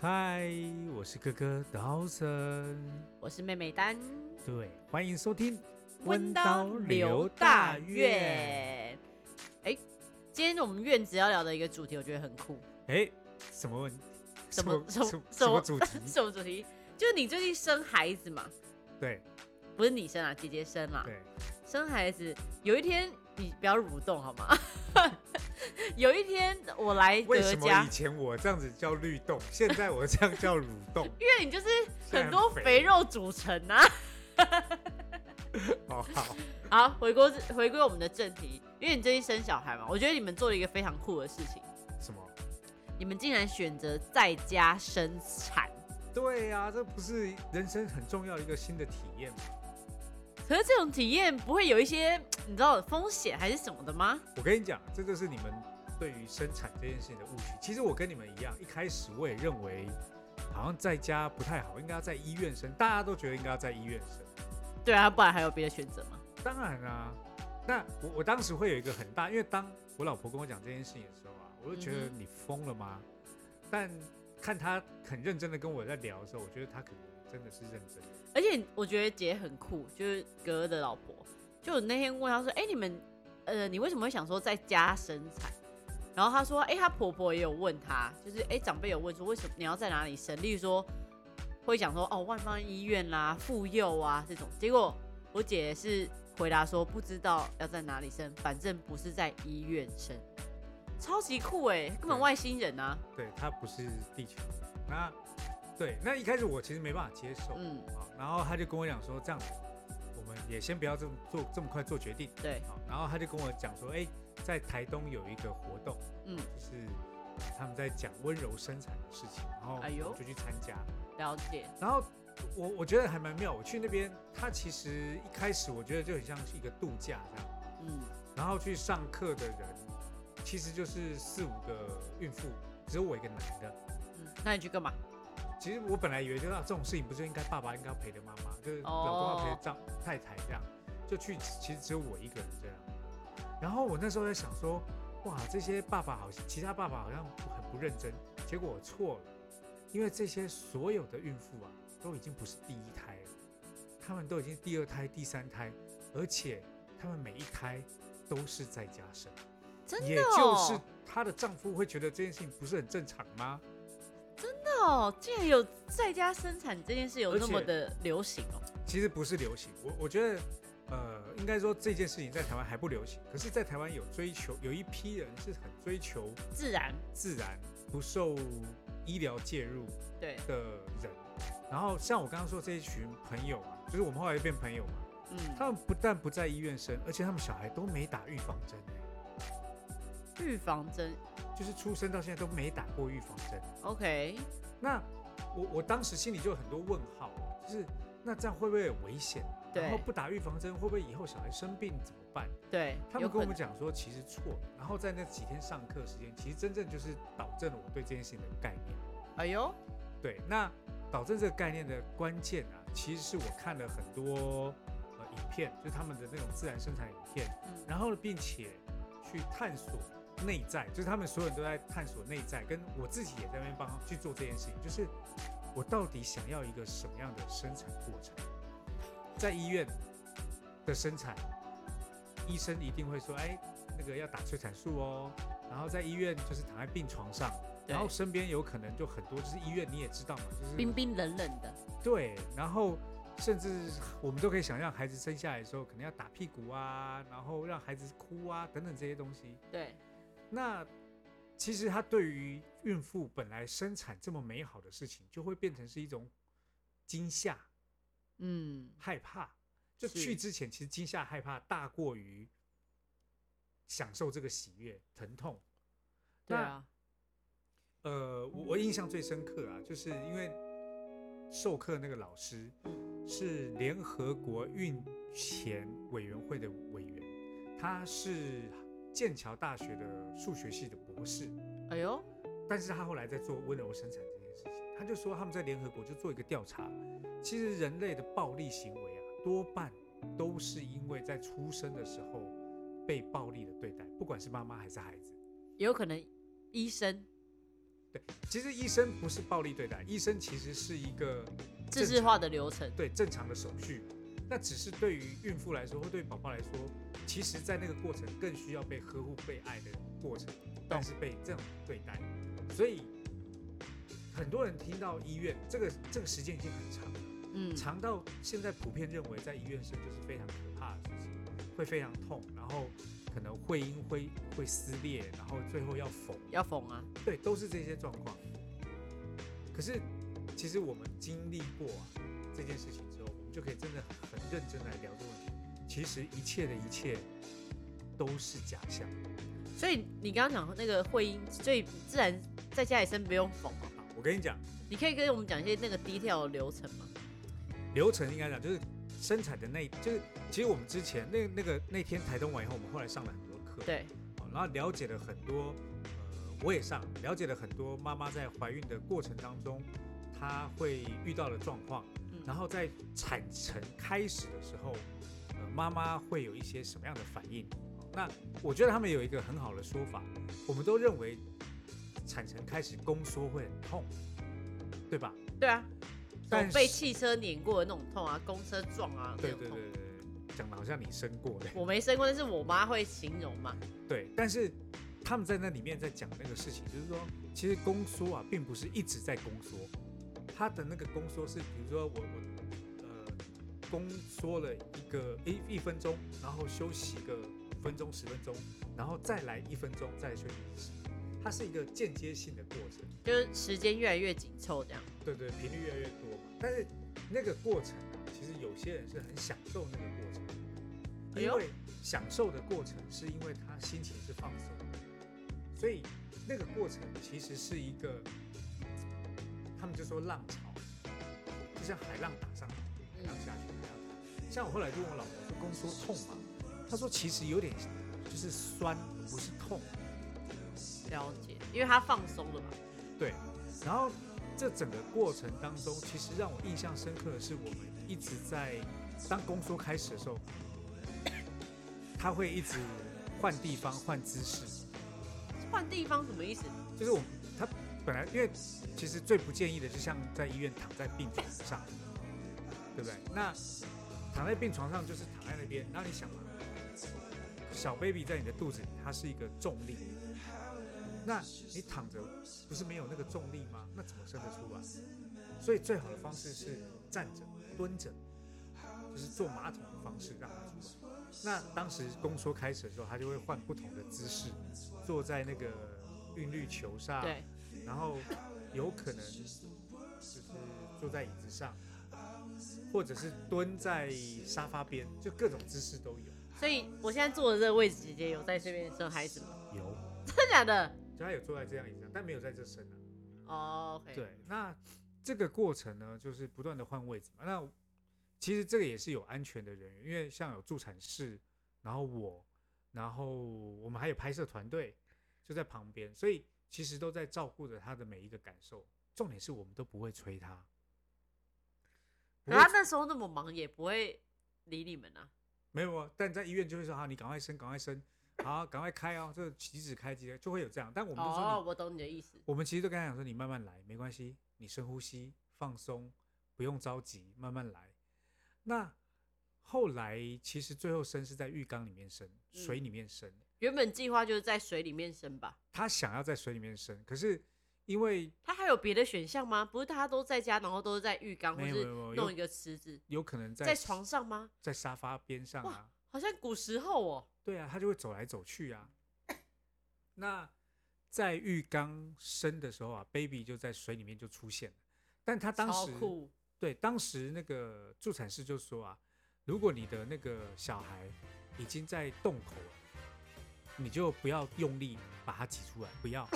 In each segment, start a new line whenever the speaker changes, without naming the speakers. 嗨，我是哥哥 Dawson，
我是妹妹丹，
对，欢迎收听《。。
哎，今天我们院子要聊的一个主题，我觉得很酷。
哎，什么问？
什么
什
什么
什
什
么
么？
主题
什么主题？就是你最近生孩子嘛？
对
不是你生啊，姐姐生啦、
对，
生孩子，有一天你不要蠕动好吗？ 有一天我来
为
德
什么
家
以，前我这样子叫律动， 现在我这样叫蠕 动？
因为你就是
现在
很多
很肥
肥肉组成啊。
哦，好，
好，回归回归我们的正题，因为你最近生小孩嘛，我觉得你们做了一个非常酷的事情，
什么？
你们竟然选择在家生产。
对呀、这不是人生很重要的一个新的体验吗？
可是这种体验不会有一些你知道风险还是什么的吗？
我跟你讲，这就是你们对于生产这件事情的误区。其实我跟你们一样，一开始我也认为好像在家不太好，应该要在医院生，大家都觉得应该要在医院生。
对啊，不然还有别的选择吗？
当然啊，那我我当时会有一个很大，因为当我老婆跟我讲这件事情的时候啊，我就觉得
嗯哼
你疯了吗？但看她很认真的跟我在聊的时候，我觉得她可能真的是认真的。
而且我觉得姐很酷，就是格的老婆。就我那天问她说：“哎、你们，呃，你为什么会想说在家生产？”然后她说：“哎、她婆婆也有问她，就是哎、长辈有问说为什么你要在哪里生？例如说会讲说哦，万方医院啦、妇幼啊这种。结果我姐是回答说不知道要在哪里生，反正不是在医院生，超级酷哎、根本
对
外星人啊！
对，她不是地球人。那对，那一开始我其实没办法接受，
嗯，
好，然后他就跟我讲说，这样我们也先不要这么做这么快做决定，
对，
好，然后他就跟我讲说，哎，在台东有一个活动，
嗯，
就是他们在讲温柔生产的事情，然后
哎呦
我就去参加，
了解，
然后我我觉得还蛮妙，我去那边，他其实一开始我觉得就很像是一个度假这样，
嗯，
然后去上课的人其实就是四五个孕妇，只有我一个男的，
嗯那你去干嘛？
其实我本来以为就是、啊、这种事情不是应该爸爸应该要陪着妈妈，就是老公要陪着丈、太太这样，就去其实只有我一个人这样。然后我那时候在想说，哇，这些爸爸好像其他爸爸好像很不认真，结果我错了，因为这些所有的孕妇啊都已经不是第一胎了，他们都已经第二胎、第三胎，而且他们每一胎都是在家生，
真的、哦，
也就是她的丈夫会觉得这件事情不是很正常吗？
哦，竟然有在家生产这件事有
而且
那么的流行哦。
其实不是流行，我我觉得，呃，应该说这件事情在台湾还不流行，可是，在台湾有追求，有一批人是很追求
自然，
自然、不受医疗介入
对，
的人。然后，像我刚刚说这一群朋友啊，就是我们后来就变朋友嘛，
嗯，
他们不但不在医院生，而且他们小孩都没打预防针、
预防针
就是出生到现在都没打过预防针。
，OK，
那我我当时心里就有很多问号，啊就是那这样会不会有危险？
对
然后不打预防针，会不会以后小孩生病怎么办？
对，
他
有
们
可
跟我
能
们讲说，其实错。然后在那几天上课时间，其实真正就是导正了我对这件事情的概念。
哎呦，
对，那导正这个概念的关键啊，其实是我看了很多呃影片，就是他们的那种自然生产影片，
嗯
然后并且去探索内在，就是他们所有人都在探索内在，跟我自己也在那边帮他们去做这件事情，就是我到底想要一个什么样的生产过程？在医院的生产，医生一定会说，哎，那个要打催产素哦，然后在医院就是躺在病床上。
对
然后身边有可能就很多，就是医院你也知道嘛，就是
冰冰冷冷的，
对，然后甚至我们都可以想象，孩子生下来的时候，可能要打屁股啊，然后让孩子哭啊，等等这些东西。
对，
那其实他对于孕妇本来生产这么美好的事情，就会变成是一种惊吓、
嗯，
害怕。就是去之前，其实惊吓、害怕大过于享受这个喜悦、疼痛。
对啊，
呃，我我印象最深刻啊，就是因为授课那个老师是联合国孕前委员会的委员，他是剑桥大学的数学系的博士，
哎呦，
但是他后来在做温柔生产这件事情，他就说他们在联合国就做一个调查，其实人类的暴力行为啊，多半都是因为在出生的时候被暴力的对待，不管是妈妈还是孩子。
也有可能医生
对，其实医生不是暴力对待，医生其实是一个
自治化的流程。
对正常的手续。那只是对于孕妇来说，或对宝宝来说，其实，在那个过程更需要被呵护、被爱的过程，但是被这样对待，所以很多人听到医院这个这个时间已经很长了，
嗯，
长到现在普遍认为在医院生就是非常可怕的事情，会非常痛，然后可能会阴会会撕裂，然后最后要缝，
要缝啊，
对，都是这些状况。可是，其实我们经历过啊这件事情之后，我们就可以真的很认真来聊这个问题。其实一切的一切都是假象，
所以你刚刚讲那个会阴，所以自然在家里生不用缝哦。
好我跟你讲，
你可以跟我们讲一些那个 detail 的流程吗？
流程应该讲就是生产的那一，就是其实我们之前那那个那天台东完以后，我们后来上了很多课，
对，
好，然后了解了很多，呃，我也上了解了很多妈妈在怀孕的过程当中，她会遇到的状况，
嗯
然后在产程开始的时候，呃，妈妈会有一些什么样的反应？好那我觉得他们有一个很好的说法，我们都认为产程开始宫缩会很痛，对吧？
对啊，
但
手被
是
汽车碾过的那种痛啊，公车撞啊那
对
种
对对
痛。
对对，讲的好像你生过的。
我没生过，但是我妈会形容嘛。
对，但是他们在那里面在讲那个事情，就是说，其实宫缩啊，并不是一直在宫缩，它的那个宫缩是，比如说我我呃宫缩了一个一一分钟，然后休息个五分钟十分钟，然后再来一分钟，再来休息十，它是一个间接性的过程，
就是时间越来越紧凑这样。
对对，频率越来越多嘛。但是那个过程啊，其实有些人是很享受那个过程。
哎
因
呦
为享受的过程是因为他心情是放松的，所以那个过程其实是一个，他们就说浪潮，就像海浪打上来，
嗯
海浪下去，海浪打上来像我后来就问我老婆说，宫缩痛吗？她说其实有点就是酸，不是痛。
了解，因为她放松了嘛。
对，然后这整个过程当中，其实让我印象深刻的是，我们一直在当宫缩开始的时候， 他会一直换地方、换姿势，
换地方什么意思？
就是我们他本来因为其实最不建议的，就像在医院躺在病床上，对不对？那躺在病床上就是躺在那边，那你想嘛，小 baby 在你的肚子里，它是一个重力，那你躺着不是没有那个重力吗？那怎么生得出来？所以最好的方式是站着、蹲着，就是坐马桶的方式让它出来。那当时宫缩开始的时候，他就会换不同的姿势，坐在那个韵律球上，
对，
然后有可能就是坐在椅子上，或者是蹲在沙发边，就各种姿势都有。
所以我现在坐的这个位置，姐姐有在这边生孩子吗？
有，
真的假的？
就他有坐在这样椅子上，但没有在这生啊。
哦、o k
对，那这个过程呢，就是不断的换位置嘛。那其实这个也是有安全的人员，因为像有助产士，然后我，然后我们还有拍摄团队就在旁边，所以其实都在照顾着他的每一个感受。重点是我们都不会催他，不会
然后她啊那时候那么忙，也不会理你们啊。
没有啊，但在医院就会说：“好，你赶快生，赶快生，好，赶快开哦，这个几指开几指，就会有这样。”但我们就说你
哦，我懂你的意思。
我们其实都跟他讲说，你慢慢来，没关系，你深呼吸，放松，不用着急，慢慢来。那后来其实最后生是在浴缸里面生，水
嗯
里面生。
原本计划就是在水里面生吧。
他想要在水里面生，可是因为
她还有别的选项吗？不是大家都在家，然后都是在浴缸，或
没有
是
没有没有
弄一个池子，
有可能在
在床上吗？
在沙发边上啊，
好像古时候哦。
对啊，他就会走来走去啊。那在浴缸生的时候啊，baby 就在水里面就出现了，但他当
超
时
酷，
对，当时那个助产士就说啊，如果你的那个小孩已经在洞口了，你就不要用力把它挤出来，不要。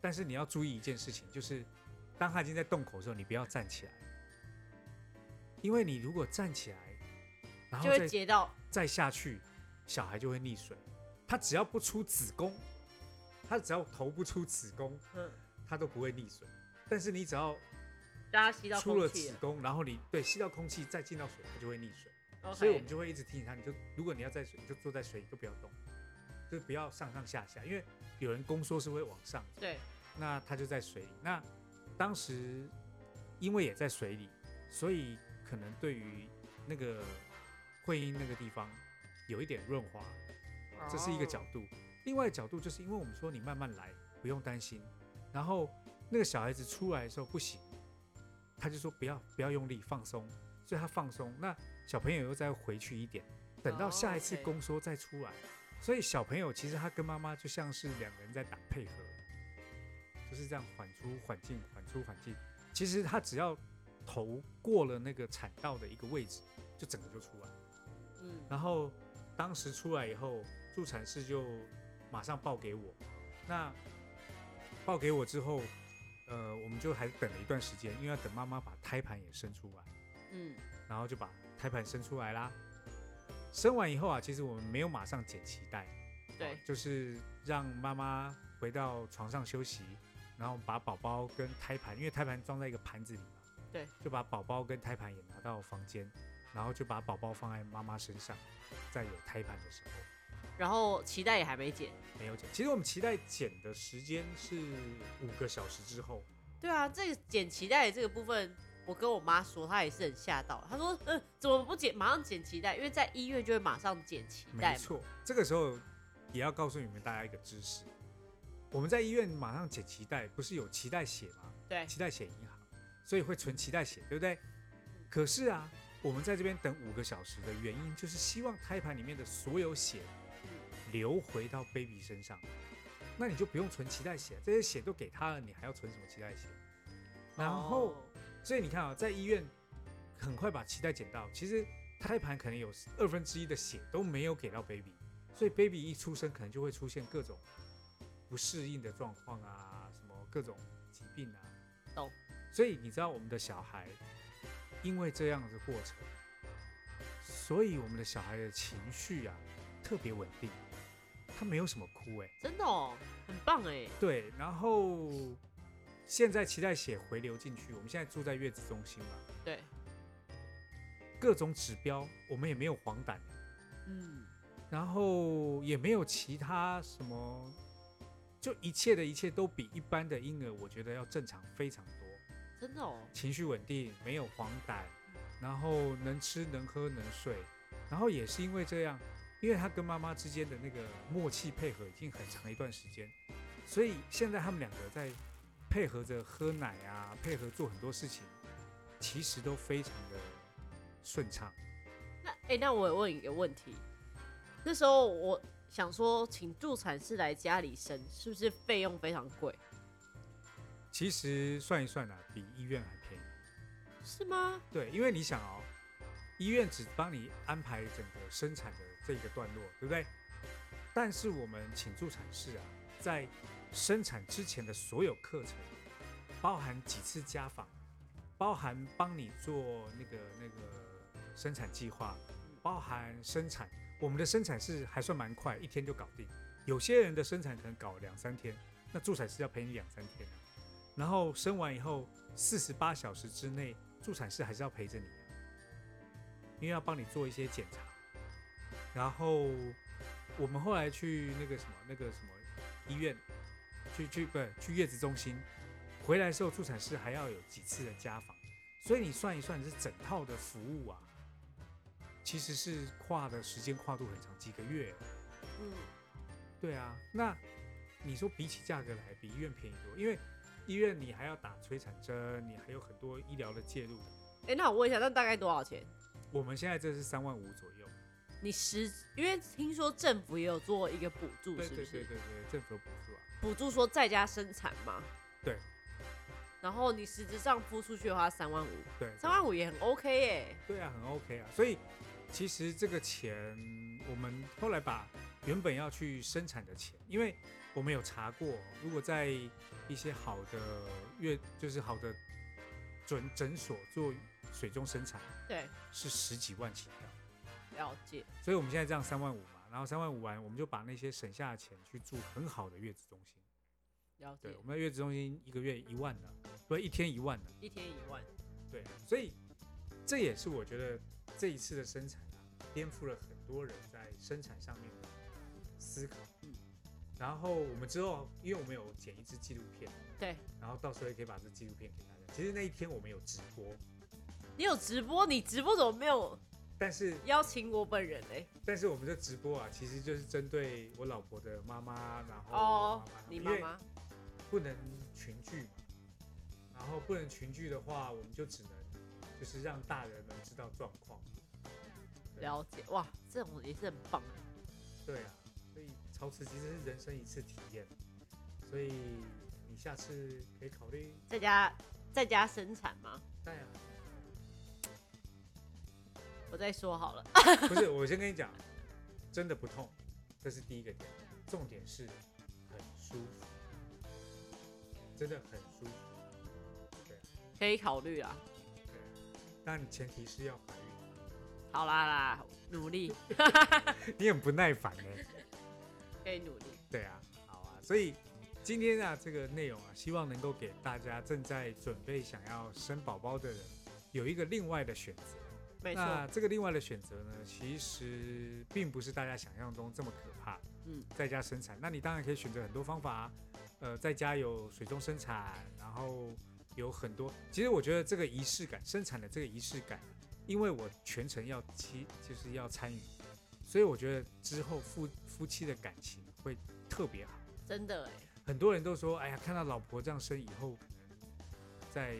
但是你要注意一件事情，就是当他已经在洞口的时候，你不要站起来，因为你如果站起来，然后
就会
再
接到
再下去，小孩就会溺水。他只要不出子宫，他只要头不出子宫，
嗯，
他都不会溺水。但是你只要
大家吸到
出了
空气
子
了。
宫，然后你对吸到空气，再进到水，它就会溺水。
OK，
所以我们就会一直提醒他，你就如果你要在水，你就坐在水里，就不要动，就不要上上下下，因为有人宫缩是会往上，
对，
那他就在水里。那当时因为也在水里，所以可能对于那个会阴那个地方有一点润滑，
哦
这是一个角度。另外一个角度就是因为我们说你慢慢来，不用担心。然后那个小孩子出来的时候不行，他就说不要不要用力，放松。所以他放松，那小朋友又再回去一点，等到下一次
哦，OK
宫缩再出来。所以小朋友其实他跟妈妈就像是两个人在打配合，就是这样缓出缓进，缓出缓进。其实他只要头过了那个产道的一个位置，就整个就出来。
嗯，
然后当时出来以后，助产士就马上报给我。那报给我之后，呃，我们就还等了一段时间，因为要等妈妈把胎盘也生出来，
嗯，
然后就把胎盘生出来啦。生完以后啊，其实我们没有马上剪脐带，
对，
就是让妈妈回到床上休息，然后把宝宝跟胎盘，因为胎盘装在一个盘子里嘛，
对，
就把宝宝跟胎盘也拿到房间，然后就把宝宝放在妈妈身上，在有胎盘的时候
然后脐带也还没剪。
没有剪。其实我们脐带剪的时间是五个小时之后，
对啊，这个剪脐带的这个部分，我跟我妈说，她也是很吓到，她说，嗯、怎么不剪，马上剪脐带？因为在医院就会马上剪脐带
没
嘛。
错。这个时候也要告诉你们大家一个知识，我们在医院马上剪脐带，不是有脐带血吗？
对，
脐带血银行，所以会存脐带血，对不对？可是啊，我们在这边等五个小时的原因，就是希望胎盘里面的所有血流回到 baby 身上，那你就不用存脐带血，这些血都给他了，你还要存什么脐带血？然后，
哦
所以你看啊，在医院很快把脐带剪到，其实胎盘可能有二分之一的血都没有给到 baby，所以 baby 一出生可能就会出现各种不适应的状况啊，什么各种疾病啊。
懂。
所以你知道我们的小孩因为这样的过程，所以我们的小孩的情绪啊特别稳定，他没有什么哭哎、
真的哦，很棒哎，
对，然后现在脐带血回流进去，我们现在住在月子中心嘛，
对，
各种指标我们也没有黄疸，
嗯，
然后也没有其他什么，就一切的一切都比一般的婴儿我觉得要正常非常多，
真的哦，
情绪稳定，没有黄疸，然后能吃能喝能睡，然后也是因为这样，因为他跟妈妈之间的那个默契配合已经很长一段时间，所以现在他们两个在配合着喝奶啊，配合做很多事情，其实都非常的顺畅。
那哎、欸那我问一个问题，那时候我想说，请助产士来家里生，是不是费用非常贵？
其实算一算啊，比医院还便宜。
是吗？
对，因为你想哦，医院只帮你安排整个生产的这个段落，对不对？但是我们请助产士啊，在生产之前的所有课程，包含几次家访，包含帮你做那个那个生产计划，包含生产。我们的生产是还算蛮快，一天就搞定。有些人的生产可能搞两三天，那助产师要陪你两三天啊、然后生完以后，四十八小时之内，助产士还是要陪着你啊，因为要帮你做一些检查。然后我们后来去那个什么那个什么医院，去去不是去月子中心，回来的时候助产士还要有几次的家访，所以你算一算，这整套的服务啊，其实是跨的时间跨度很长，几个月。
嗯，
对啊，那你说比起价格来，比医院便宜多，因为医院你还要打催产针，你还有很多医疗的介入。
哎、那我问一下，那大概多少钱？
我们现在这是三万五左右，
你实，因为听说政府也有做一个补助，
对
是不
对对对
是？
对，政府有补助啊。
补助说在家生产嘛。
对。
然后你实质上付出去的话，三万五，
对，
三万五也很 OK 耶。
对啊，很 OK 啊。所以其实这个钱，我们后来把原本要去生产的钱，因为我们有查过，如果在一些好的月，就是好的准诊所做水中生产，
对，
是十几万起跳。
了解。
所以我们现在这样三万五嘛，然后三万五完，我们就把那些省下的钱去住很好的月子中心。
了
对
解，
我，们的月子中心一个月一万呢，不是一天一万呢。
一天一万，
对，所以这也是我觉得这一次的生产啊，颠覆了很多人在生产上面的思考
嗯，
然后我们之后，因为我们有剪一支纪录片，
对，
然后到时候也可以把这纪录片给大家。其实那一天我们有直播，
你有直播，你直播怎么没有
但是
邀请我本人呢、
但是我们的直播啊，其实就是针对我老婆的妈妈，然后
哦
我妈妈，
你
因
妈
为
妈
不能群聚嘛，然后不能群聚的话，我们就只能就是让大人们知道状况。对
了解哇，这种也是很棒的。
对啊，所以超刺激，这是人生一次体验，所以你下次可以考虑
在家在家生产吗？
带啊。
我再说好了。
不是，我先跟你讲，真的不痛，这是第一个点。重点是很舒服，真的很舒服。
可以考虑啊啦。
对，但前提是要怀孕。
好啦啦，努力，
你很不耐烦欸呢、
可以努力。
对啊，好啊，所以今天啊这个内容啊，希望能够给大家正在准备想要生宝宝的人有一个另外的选择。
没错，
那这个另外的选择呢，其实并不是大家想象中这么可怕。
嗯，
在家生产，那你当然可以选择很多方法啊。呃，在家有水中生产，然后有很多。其实我觉得这个仪式感，生产的这个仪式感，因为我全程要妻，就是要参与，所以我觉得之后夫夫妻的感情会特别好。
真的哎、
很多人都说，哎呀，看到老婆这样生以后，可能在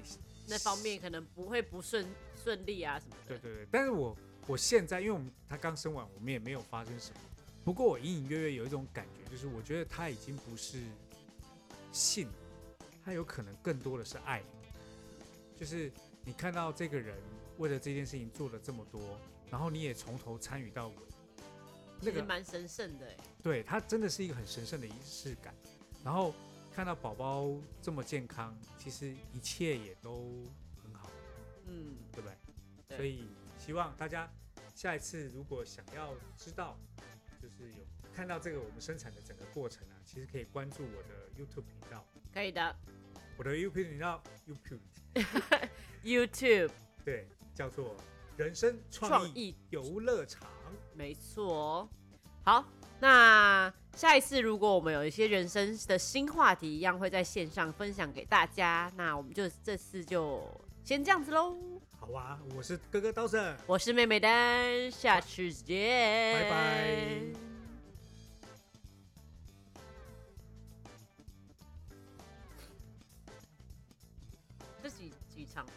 那方面可能不会不顺顺利啊什么的。
对对对，但是我我现在，因为我们他刚生完，我们也没有发生什么。不过我隐隐约约有一种感觉，就是我觉得他已经不是性，他有可能更多的是爱。就是你看到这个人为了这件事情做了这么多，然后你也从头参与到尾，
其
那
实
个
蛮神圣的哎、
对，它真的是一个很神圣的仪式感。然后看到宝宝这么健康，其实一切也都很好。
嗯，
对不对？
对
所以希望大家下一次如果想要知道，就是有看到这个我们生产的整个过程啊，其实可以关注我的 YouTube 频道，
可以的。
我的 YouTube 频道 YouTube
YouTube
对叫做人生创
创
意
意，
游乐场，
没错哦。好，那下一次如果我们有一些人生的新话题，一样会在线上分享给大家。那我们就这次就先这样子喽。
好啊，我是哥哥刀神。
我是妹妹丹，下次见，
拜拜
这几几场多。